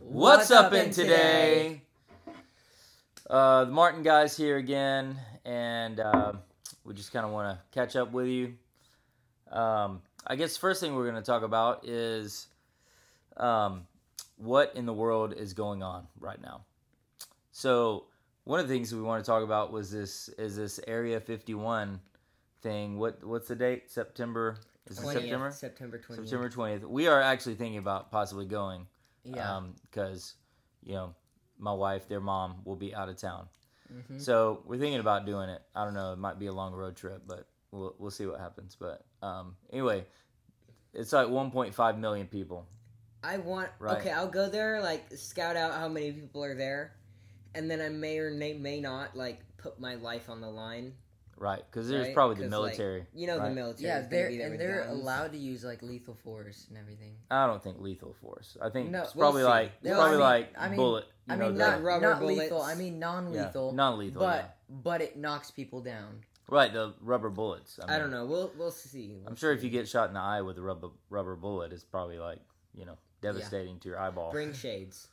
What's, up in today? Uh, the Martin guys here again, and uh, we just kind of want to catch up with you. Um, I guess the first thing we're going to talk about is um, what in the world is going on right now. So one of the things we want to talk about was this is this Area 51 thing. What what's the date? September is it 20th, September? September 20th. September 20th. We are actually thinking about possibly going. Yeah. um, because you know my wife, their mom, will be out of town, Mm-hmm. Mhm. so we're thinking about doing it. I don't know; it might be a long road trip, but we'll we'll see what happens. But um, anyway, it's like 1.5 million people. I want. Right. Okay, I'll go there, like, scout out how many people are there. And then I may or may, may not, like, put my life on the line. Right, because there's Right, probably the 'cause, like, military. You know, Right. the military. Yeah, is gonna they're be there and with they're guns. allowed to use like lethal force and everything. I don't think lethal force. I think No, it's we'll probably see. like it's No, probably I mean- like I mean- bullet. you I know, mean, the- not the- rubber not lethal. bullets. I mean, yeah, non-lethal. non-lethal. but yeah. but it knocks people down. right, the rubber bullets. I mean, don't know. We'll we'll see. I'm sure if you get shot in the eye with a rubber rubber bullet, it's probably like you know devastating to your eyeball. bring shades.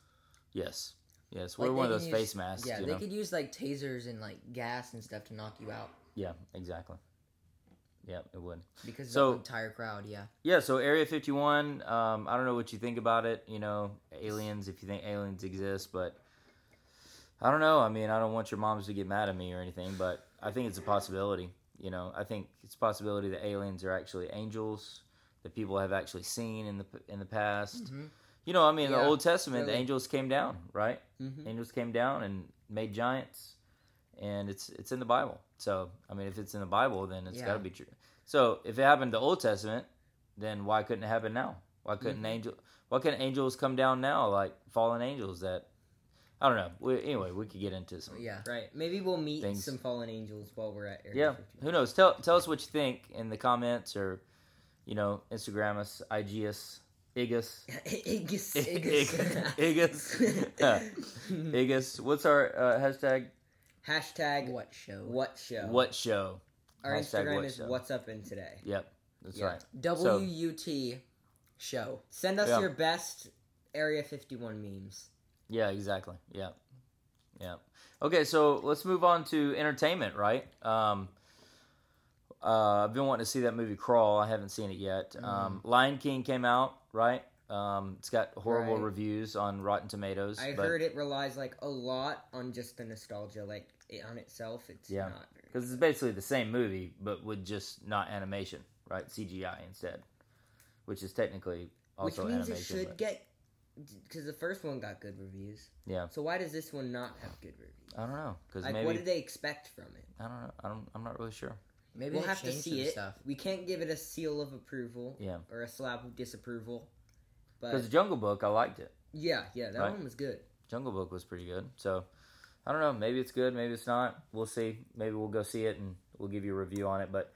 yes, yes, Like, wear one of they those can face use- masks. Yeah, you they know? could use like tasers and like gas and stuff to knock you out yeah, exactly. Yeah, it would. because So- the entire crowd. Yeah, Yeah, so Area 51. Um, I don't know what you think about it. You know, aliens. If you think aliens exist, but I don't know. I mean, I don't want your moms to get mad at me or anything, but I think it's a possibility. You know, I think it's a possibility that aliens are actually angels that people have actually seen in the in the past. Mhm. You know, I mean, in the Yeah, Old Testament, really. the Mm-hmm. angels came down, right? Mhm. Angels came down and made giants, and it's it's in the Bible. So, I mean, if it's in the Bible, then it's Yeah. got to be true. So, if it happened in the Old Testament, then why couldn't it happen now? Why couldn't Mm-hmm. angel? Why couldn't angels come down now, like fallen angels? That I don't know. We, anyway, we could get into some. yeah. Right. Maybe we'll meet Things. some fallen angels while we're at Yeah. Area 51. Who knows? Tell tell us what you think in the comments or, you know, Instagram us, IG us, IG us. Iggus, Igus. Iggus. Igus. Mm-hmm. Igus. What's our uh, hashtag? Hashtag What show? what show? What show? Our Hashtag Instagram what is show. what's up in today. Yep, that's Yeah. right. So- W U T show? Send us Yeah. your best Area 51 memes. Yeah, exactly. Yeah, yeah. Okay, so let's move on to entertainment, right? Um, uh, I've been wanting to see that movie Crawl. I haven't seen it yet. Mm-hmm. Um, Lion King came out, right? Um, it's got horrible Right. reviews on Rotten Tomatoes. I heard it relies like a lot on just the nostalgia, like it, on itself. It's Yeah. not. very- because it's basically the same movie, but with just not animation, right? CGI instead, which is technically Which also means it animation. should but- get because the first one got good reviews. Yeah. So why does this one not have good reviews? I don't know because Like, maybe what did they expect from it? I don't know. I don't, I'm not really sure. Maybe we'll they have to changed see some it. stuff. We can't give it a seal of approval Yeah, or a slap of disapproval. because But Jungle Book, I liked it. yeah, yeah, that Right. one was good. Jungle Book was pretty good. So I don't know. Maybe it's good. Maybe it's not. We'll see. Maybe we'll go see it and we'll give you a review on it. But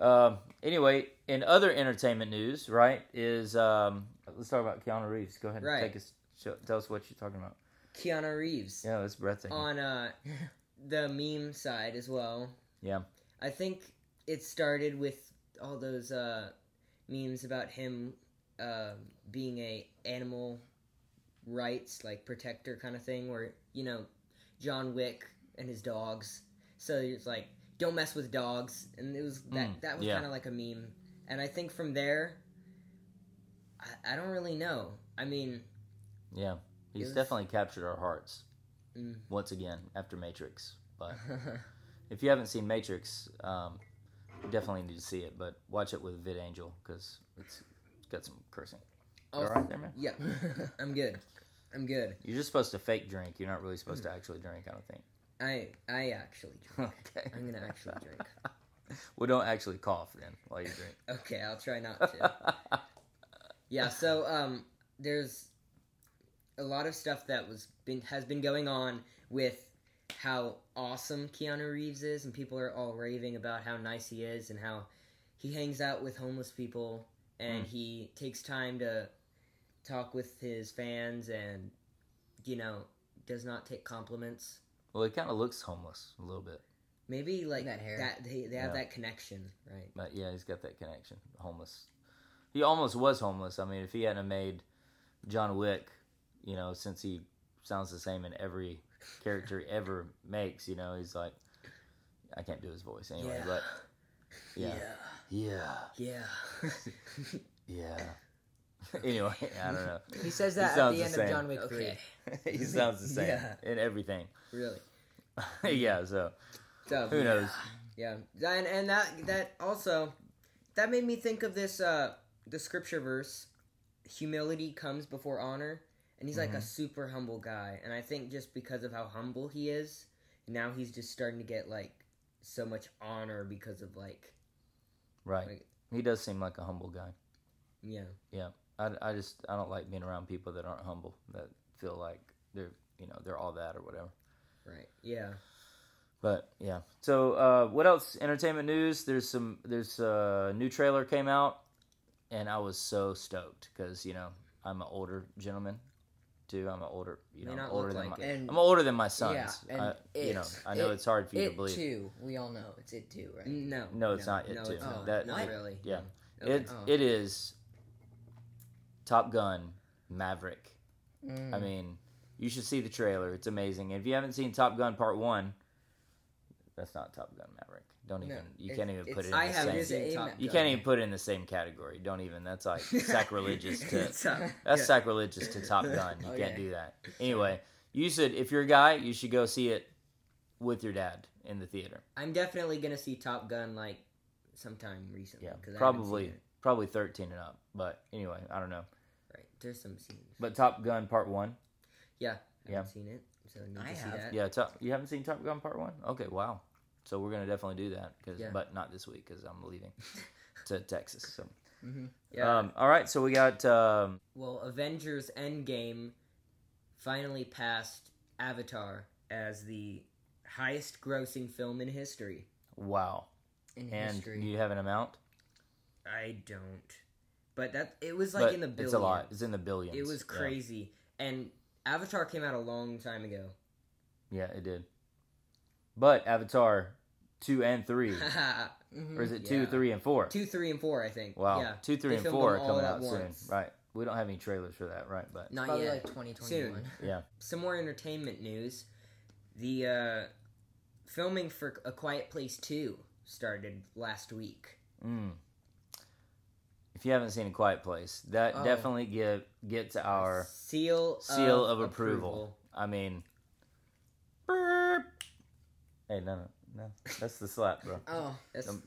um, anyway, in other entertainment news, right, is um, let's talk about Keanu Reeves. Go ahead and Right. take us. Show, tell us what you're talking about. Keanu Reeves Yeah, that's breathtaking. on uh, the meme side as well. Yeah. I think it started with all those uh, memes about him uh, being a animal rights like protector kind of thing, where you know John Wick and his dogs. So it's like don't mess with dogs, and it was that Mm, that was yeah. kind of like a meme. And I think from there, I, I don't really know. I mean, yeah, he's was- definitely captured our hearts mm, once again after Matrix. But if you haven't seen Matrix, um, you definitely need to see it. But watch it with VidAngel because it's got some cursing. You all also- right there, man? yeah, I'm good. I'm good. You're just supposed to fake drink. You're not really supposed to actually drink. I don't think. I I actually drink. okay. Hmm. I'm gonna actually drink. Well, don't actually cough then while you drink. Okay, I'll try not to. yeah, so um there's a lot of stuff that was been has been going on with how awesome Keanu Reeves is and people are all raving about how nice he is and how he hangs out with homeless people and Hmm. he takes time to talk with his fans and you know does not take compliments. well, he kind of looks homeless a little bit, Maybe like That hair. that they they have Yeah. that connection, right? but yeah, he's got that connection. Homeless. He almost was homeless. I mean, if he hadn't have made John Wick, you know, since he sounds the same in every character he ever makes, you know, he's like, I can't do his voice anyway, yeah. but yeah, yeah, Yeah. yeah. anyway, I don't know. He says He that at sounds the the end same. of John Wick 3. okay. he sounds the same Yeah. in everything. Really. yeah, so So, who knows? Yeah, and and that that also that made me think of this uh the scripture verse, humility comes before honor, and he's Mm-hmm. like a super humble guy, and I think just because of how humble he is, now he's just starting to get like so much honor because of like Right. Like- he does seem like a humble guy. yeah I, I just I don't like being around people that aren't humble that feel like they're you know they're all that or whatever. right yeah But yeah. So uh, what else? Entertainment news. There's some. There's a new trailer came out, and I was so stoked because you know I'm an older gentleman, too. I'm an older you know May I'm not older look than like my. it. And I'm older than my sons. Yeah, and I, you know, it's- I know it- it's hard for you to It believe. Mm. too. We all know it's it too, right? no No, it's not it no, too. it's not. That- not it- really yeah. Okay. It Oh. it is. Top Gun, Maverick. Mm. Hmm. I mean, you should see the trailer. It's amazing. If you haven't seen Top Gun Part One, that's not Top Gun Maverick. Don't No, even. You it's- can't even it's- put it. In I the have same. it is a Same. top You Gun. can't even put it in the same category. Don't even. That's like sacrilegious to. It's up. That's Yeah. sacrilegious to Top Gun. You Oh, can't yeah. do that. Anyway, you should. If you're a guy, you should go see it with your dad in the theater. I'm definitely gonna see Top Gun like sometime recently. Yeah, 'cause I haven't probably seen it. probably 13 and up. But anyway, I don't know. Right, there's some scenes. But Top Gun Part One. I Yeah. haven't seen it, so I need I to see have. that. Yeah, top, you haven't seen Top Gun Part One? Okay, wow. So we're gonna definitely do that, 'cause- Yeah. but not this week because I'm leaving to Texas. So, Mhm. Yeah. um, all right. So we got um, well, Avengers Endgame finally passed Avatar as the highest grossing film in history. wow, In and history. you have an amount, I don't. But that it was like but in the billions. it's a lot. It's in the billions. It was Yeah. crazy. And Avatar came out a long time ago. Yeah, it did. But Avatar two and three, Mhm. or is it two, Yeah. three, and four? Two, three, and four, I think. wow, Yeah. two, three, They and filmed four are them all coming at out soon. once. Right. We don't have any trailers for that, right? But Not Probably yet. like 2021. some more entertainment news. The uh, filming for A Quiet Place 2 started last week. mm, if you haven't seen A Quiet Place, that Oh. definitely give gets our seal seal of approval. I mean, burp. Hey, no, no, no. That's the slap, bro. Oh, That's, Um,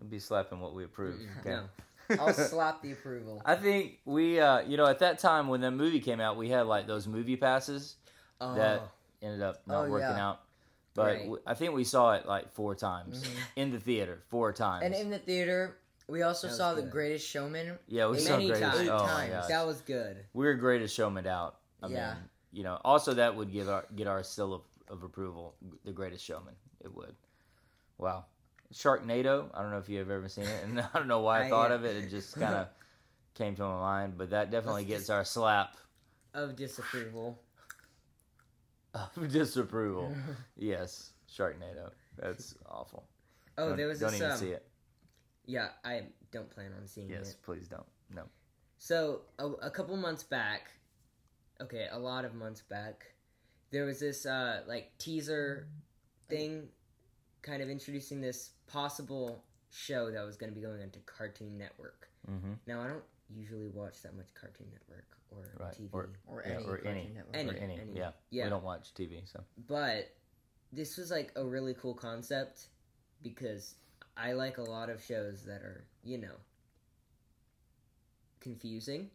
Don't be slapping what we approve. Mm-mm, Okay. no. I'll slap the approval. I think we, uh, you know, at that time when that movie came out, we had like those movie passes. oh, That- Ended up not Oh, working yeah. out. But Right. w- I think we saw it like four times Mhm. in the theater. Four times. And in the theater, we also That was saw The good. Greatest Showman. yeah, we Many saw greatest. times. Oh my Times. gosh. that was good. we were greatest showman out. I Yeah. mean, you know, also that would give our get our seal of, of approval, the greatest showman. It would. Wow. Sharknado. I don't know if you have ever seen it, and I don't know why I, I- thought of it. It just kind of came to my mind, but that definitely Let's gets just- our slap Of disapproval. of disapproval. yes, Sharknado. That's awful. Oh, Don't- there was don't this. even um, see it. Yeah, I don't plan on seeing Yes, it. please don't. No. So a, a couple months back, okay, a lot of months back, there was this uh, like teaser thing, kind of introducing this possible show that was going to be going onto Cartoon Network. Mm-hmm. Now I don't usually watch that much Cartoon Network or Right, TV, or- Or Yeah, any. or any. Cartoon Network. Any, or any. any. Yeah. Yeah. We don't watch TV, so but this was like a really cool concept because I like a lot of shows that are you know confusing,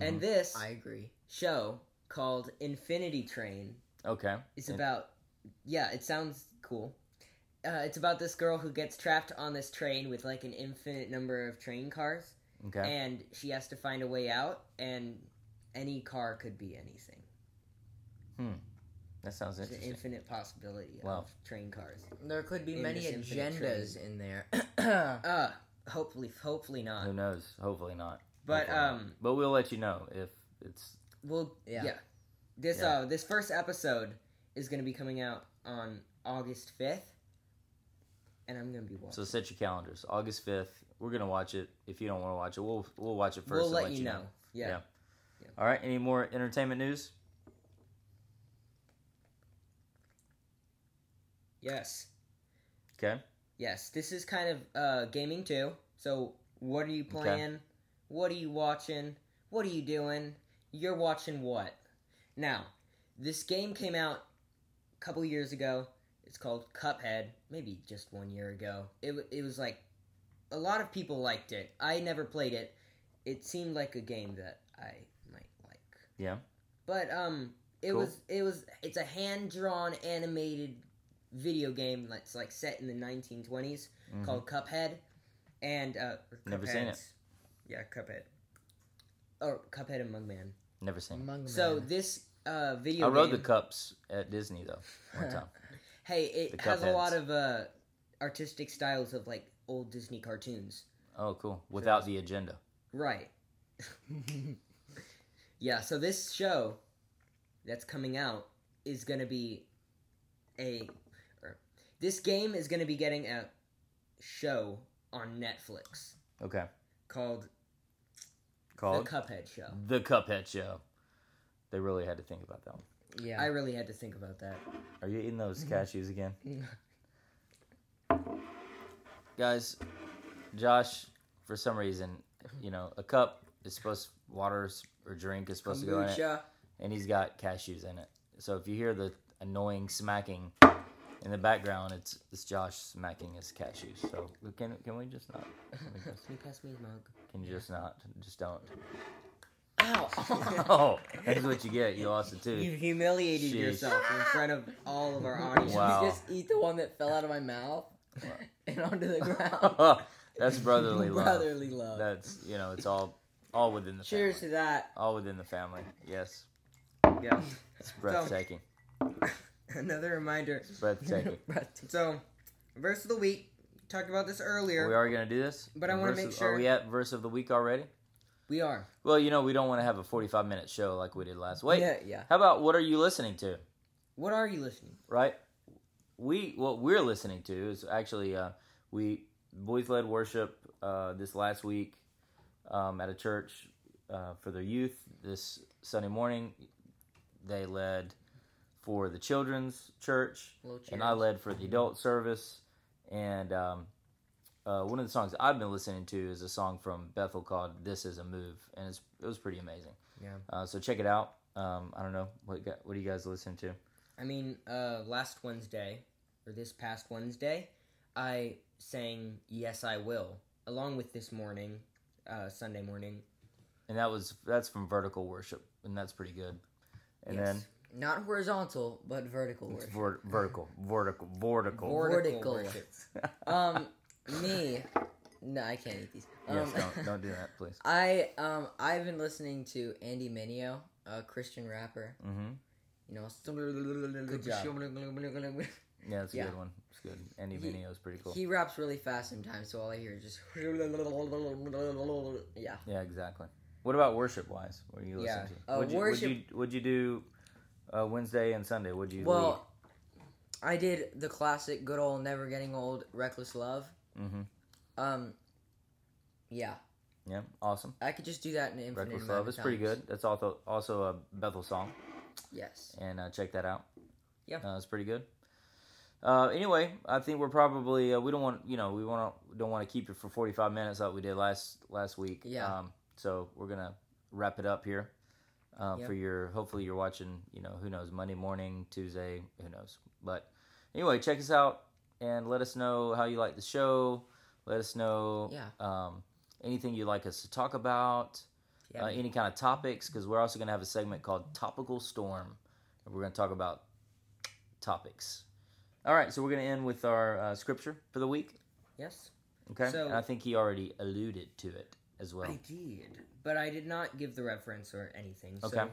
and mhm. this I agree. show called Infinity Train okay. It's And- about yeah, it sounds cool. Uh, it's about this girl who gets trapped on this train with like an infinite number of train cars, okay. and she has to find a way out. And any car could be anything. That sounds It's an interesting. infinite possibility Wow. of train cars. There could be In many this infinite agendas in there. Uh, hopefully, hopefully Who not. knows? Hopefully not. But Hopefully not. um, But we'll let you know if it's we'll yeah. Yeah. This Yeah. uh, this first episode is gonna be coming out on August fifth, and I'm gonna be watching. so. Set your calendars. August fifth. We're gonna watch it. If you don't want to watch it, we'll we'll watch it 1st we'll let you know. Yeah. All right. Any more entertainment news? Yes. Okay. Yes. This is kind of uh, gaming too. So what are you playing? What are you watching? What are you doing? You're watching what? Now, this game came out a couple years ago. It's called Cuphead. Maybe just one year ago. It wa- it was like a lot of people liked it. I never played it. It seemed like a game that I might like. Yeah. But um, it Cool. was it was it's a hand drawn animated video game that's like set in the 1920s Mhm. called Cuphead, and uh, or Never seen it. Cupheads. Yeah, Cuphead. Or Cuphead and Mugman. Never seen. it. Among So men. this uh, video. I rode game, the cups at Disney though one time. Hey, it the has a lot Cupheads. of uh, artistic styles of like old Disney cartoons. Oh, cool. Without the agenda. Right. Yeah. So this show that's coming out is gonna be a. Or, this game is gonna be getting a show on Netflix Okay. called Called The Cuphead Show. the Cuphead Show. They really had to think about that one. I yeah. really had to think about that. Are you eating those cashews again? Guys, Josh, for some reason, you know, a cup is supposed water or drink is supposed to go in it, Kombucha. and he's got cashews in it. So if you hear the annoying smacking in the background, it's it's Josh smacking his cashews. So can can we just not? Can, we just, Can you pass me the mug? can you just not? Just don't. Ow. Oh, that's what you get. You lost a You tooth. humiliated Sheesh. yourself in front of all of our audience. Wow. Just eat the one that fell out of my mouth Wow. and onto the ground. that's brotherly love. Brotherly love. That's you know, it's all all within the Cheers family. to that. all within the family. Yes, Yeah. it's breathtaking. Another reminder. breathtaking. So, verse of the week. Talked about this we earlier. are gonna do this, But I wanna Verse make of- sure- Are we at verse of the week already? We are. Well, you know, we don't want to have a forty-five minute show like we did last. Wait, Yeah, yeah. how about what are you listening to? What are you listening? Right? We what we're listening to is actually uh, we boys led worship uh, this last week um, at a church uh, for their youth this Sunday morning. They led for the children's church. Little and I cheers. led for the adult service. And um, uh, one of the songs I've been listening to is a song from Bethel called "This Is a Move," and it's, it was pretty amazing. Yeah. Uh, so check it out. Um, I don't know what gu- what do you guys listen to? I mean, uh, last Wednesday, or this past Wednesday, I sang Yes I Will, along with this morning, uh, Sunday morning. And that was that's from Vertical Worship, and that's pretty good. And Yes. then Not horizontal, but vertical it's worship. vert- vertical, vertical, vertical. Vor- Vertical. worship. um, me. No, I can't eat these. Um, yes, don't don't do that, please. I um I've been listening to Andy Mineo, a Christian rapper. hmm You know, Good job. Yeah, it's a Yeah. good one. It's good. Andy He- Mineo is pretty cool. he raps really fast sometimes, so all I hear is just yeah. Yeah, exactly. What about worship wise? What do you listen Yeah. to? Uh, what'd you, worship- Would you, what'd you do uh, Wednesday and Sunday? Would you Well, I did the classic good old never getting old reckless love. lead? Mm-hmm. Um, yeah, Yeah, awesome. I could just do that in an infinite Reckless amount of Love is pretty times. good. That's also also a Bethel song, Yes. and uh, check that out. Yeah. uh, it's pretty good. Uh, anyway, I think we're probably uh, we don't want you know we want to don't want to keep it for forty five minutes like we did last last week. Yeah. Um, so we're gonna wrap it up here. Uh, Yep. For your hopefully you're watching you know who knows Monday morning Tuesday who knows but anyway check us out and let us know how you like the show. Let us know Yeah. um, anything you'd like us to talk about Yeah. uh, any kind of topics because we're also going to have a segment called topical storm and we're going to talk about topics all right so we're going to end with our uh, scripture for the week Yes, okay So- and i think he already alluded to it as well I did. But I did not give the reference or anything. So Okay.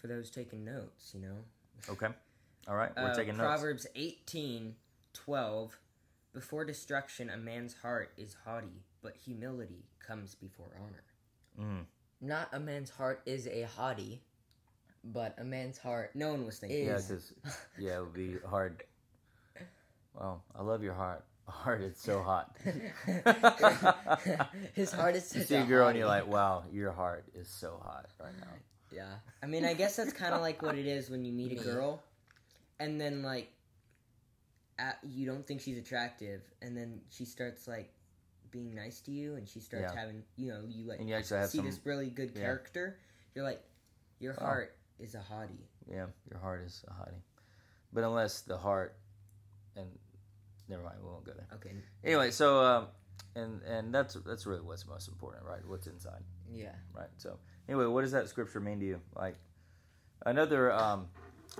for those taking notes, you know. okay all right we're Uh, taking notes Proverbs eighteen, twelve. Before destruction, a man's heart is haughty, but humility comes before honor. mm. Not a man's heart is a hottie, but a man's heart. No one was thinking. yeah Is- 'cause- yeah it would be hard well i love your heart heart it's so hot His heart is you such see a a girl and hottie. you're like wow your heart is so hot right now yeah. I mean, I guess that's kind of like what it is when you meet a Me. girl, and then like at, you don't think she's attractive, and then she starts like being nice to you, and she starts Yeah. having you know you like And you actually have see some. this really good yeah. character. You're like, your Oh. heart is a hottie. Yeah, your heart is a hottie. But unless the heart, and never mind, we won't go there. Okay, Anyway, so um, and and that's that's really what's most important, right? What's inside, Yeah. right? So anyway, what does that scripture mean to you? Like another um,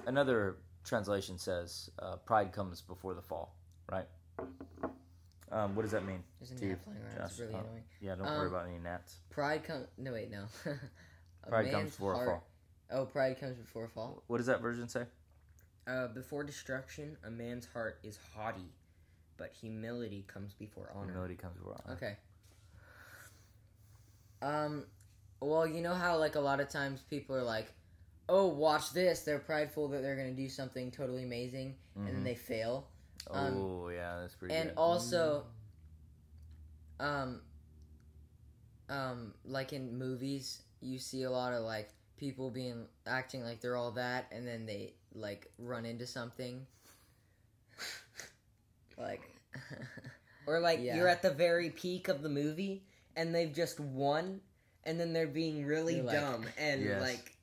another translation says, uh, "Pride comes before the fall," right? Um, what does that mean? There's a Dude, gnat flying around. Josh, It's really oh. annoying. Yeah, don't worry Um, about any gnats. Pride comes. No wait, no. A Pride comes man's before a heart- fall. Oh, pride comes before fall. What does that version say? uh, before destruction, a man's heart is haughty, but humility comes before honor. Humility comes before honor. Okay. Um, well, you know how like a lot of times people are like, "Oh, watch this! They're prideful that they're gonna do something totally amazing, and then Mhm. they fail." um, oh yeah, that's pretty. and good. Mm-hmm. also, um, um, like in movies, you see a lot of like people being acting like they're all that, and then they like run into something, like. Or like Yeah. you're at the very peak of the movie and they've just won and then they're being really You're like- dumb and Yes. like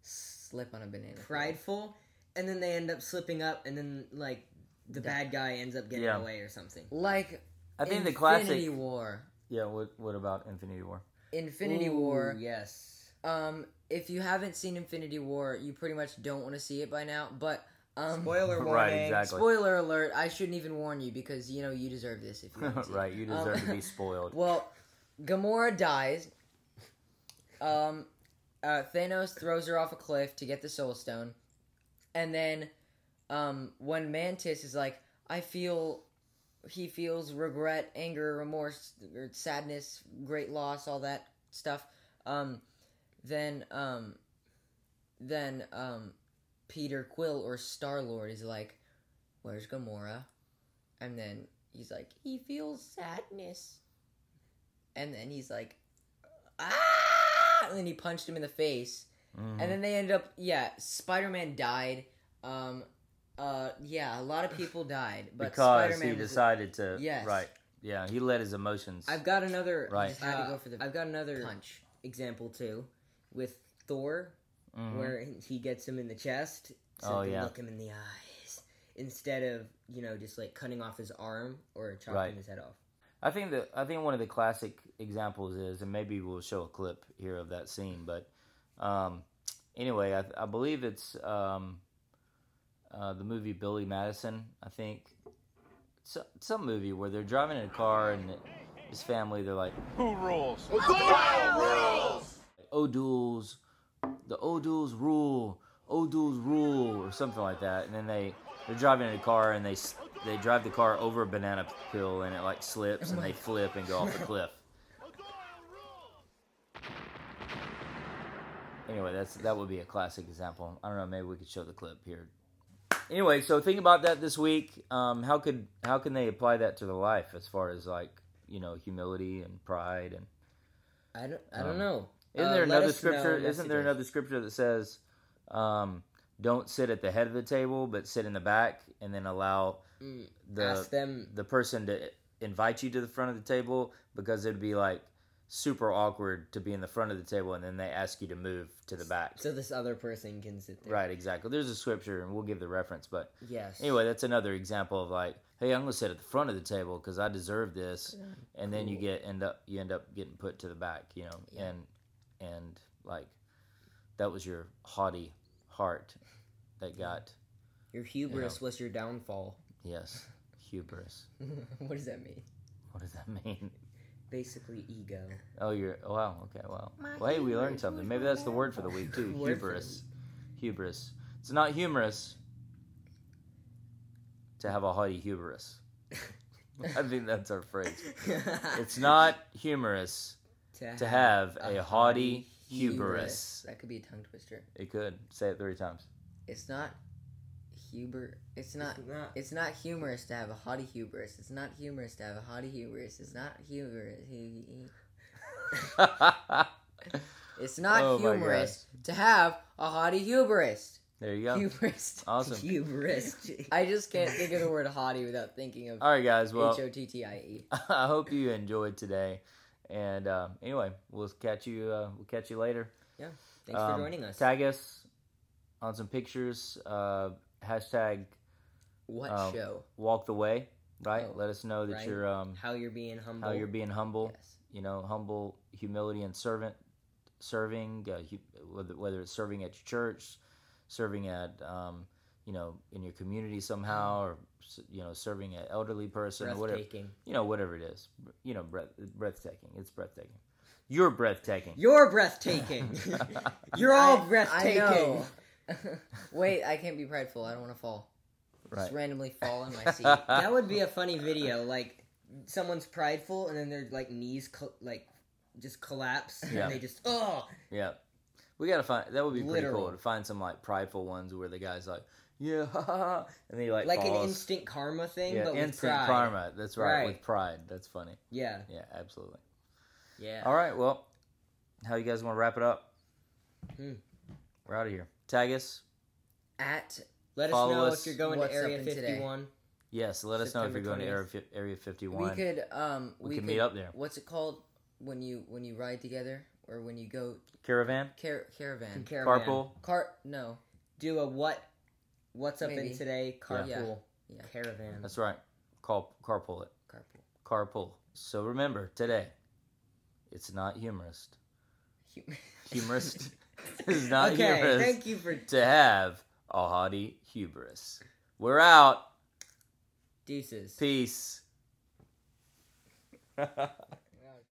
Slip on a banana. peel. prideful and then they end up slipping up and then like the That- bad guy ends up getting Yeah. away or something. Like Mm-hmm. I think the Infinity classic. War. Yeah. What What about Infinity War? Infinity Ooh, War. Yes. Um, if you haven't seen Infinity War, you pretty much don't want to see it by now. But um, Spoiler warning. right. Exactly. spoiler alert! I shouldn't even warn you because you know you deserve this. If you haven't seen it. right. You Um, deserve to be spoiled. Well, Gamora dies. Um, uh, Thanos throws her off a cliff to get the Soul Stone, and then, um, when Mantis is like, "I feel," he feels regret, anger, remorse, or sadness, great loss, all that stuff. Um, then, um, then, um, Peter Quill or Star Lord is like, "Where's Gamora?" And then he's like, "He feels sadness." and then he's like, ah! And then he punched him in the face. Mhm. Mm-hmm. And then they ended up, yeah, Spider Man died. Um, uh, yeah, a lot of people died, but because Spider-Man he was- decided to. Yes. Right. Yeah. He let his emotions. I've got another Right. Just had to uh, go for the I've got another punch. example too with Thor Mhm. where he gets him in the chest so Oh, he can yeah. look him in the eyes instead of, you know, just like cutting off his arm or chopping Right. his head off. I think that I think one of the classic examples is, and maybe we'll show a clip here of that scene. But um, anyway, I, I believe it's um, uh, the movie Billy Madison. I think so, some movie where they're driving in a car and his family. They're like, Who rules? O'Doul's, the O'Doul's rule, O'Doul's rule, or something like that. And then they they're driving in a car and they s- they drive the car over a banana peel and it like slips and they flip and go off a cliff. Anyway, that's that would be a classic example. I don't know. Maybe we could show the clip here. Anyway, so think about that this week. Um, how could how can they apply that to their life as far as like you know humility and pride and I don't, I don't Um, know. Isn't Uh, there let another us know scripture? in Isn't there messages. another scripture that says, um, "Don't sit at the head of the table, but sit in the back, and then allow Mm, the ask them the person to invite you to the front of the table because it'd be like super awkward to be in the front of the table and then they ask you to move to the back." so this other person can sit there. Right, exactly. There's a scripture, and we'll give the reference. But Yes. anyway, that's another example of like, hey, I'm gonna sit at the front of the table because I deserve this, and then you Cool. get end up you end up getting put to the back, you know, Yeah. and and like that was your haughty heart that got your hubris was your downfall. yes hubris. what does that mean? What does that mean? Basically, ego. Oh, you're oh, wow. Okay, wow. Well, hey, we learned something. Maybe that's the word for the week too. Word for the Hubris. Hubris. It's not humorous to have a haughty hubris. I think that's our phrase. It's not humorous to have a haughty hubris. That could be a tongue twister. It could say it three times. It's not huber. It's not. It's not. It's not humorous to have a haughty hubris. It's not humorous to have a haughty hubris. It's not humorous. It's not Oh my Oh humorous to have a haughty hubris. There you go. Hubris. Awesome. You risked. I just can't think of the word hottie without thinking of All right, guys. Well, H O T T I E. I hope you enjoyed today. And uh, anyway, we'll catch you. Uh, we'll catch you later. Thanks Um, for joining us. Tag us on some pictures. Uh, hashtag What Oh, show? walk the way. Right. Oh, Let us know that right. you're um, how you're being humble. how you're being humble. Yes. You know, humble humility and servant serving. Uh, hu- whether whether it's serving at your church, serving at um, you know in your community somehow, or s- you know serving an elderly person or whatever. breathtaking. You know whatever it is. You know breath breathtaking. It's breathtaking. You're breathtaking. You're breathtaking. you're all I- breathtaking. I know. Wait, I can't be prideful. I don't want to fall. Just right. randomly fall in my seat. That would be a funny video. Like someone's prideful, and then their like knees co- like just collapse, Yeah. and they just oh. Yeah. We gotta find that would be pretty Literal. cool to find some like prideful ones where the guy's like, yeah, and he like like an falls. instant karma thing, yeah, but with instant pride. karma. That's right, Right. with pride. That's funny. Yeah, Yeah, absolutely. yeah. All right, well, how you guys want to wrap it up? Hmm. We're out of here. Tag us. At Let us Follow know us. if you're going What's to Area up in today? 51. Yes, let us know if you're going September to Area fif- Area Fifty we One. could um We we can could meet up there. What's it called when you when you ride together or when you go Caravan, car- caravan Caravan. carpool. car no Do a what? What's up Maybe. in today? Carpool. Yeah. Yeah. Caravan. That's right. Call carpool it. carpool Carpool. So remember today, it's not humorous. Hum- Humorous is not okay, humorous. thank you for. to have a haughty hubris. We're out. Deuces. Peace.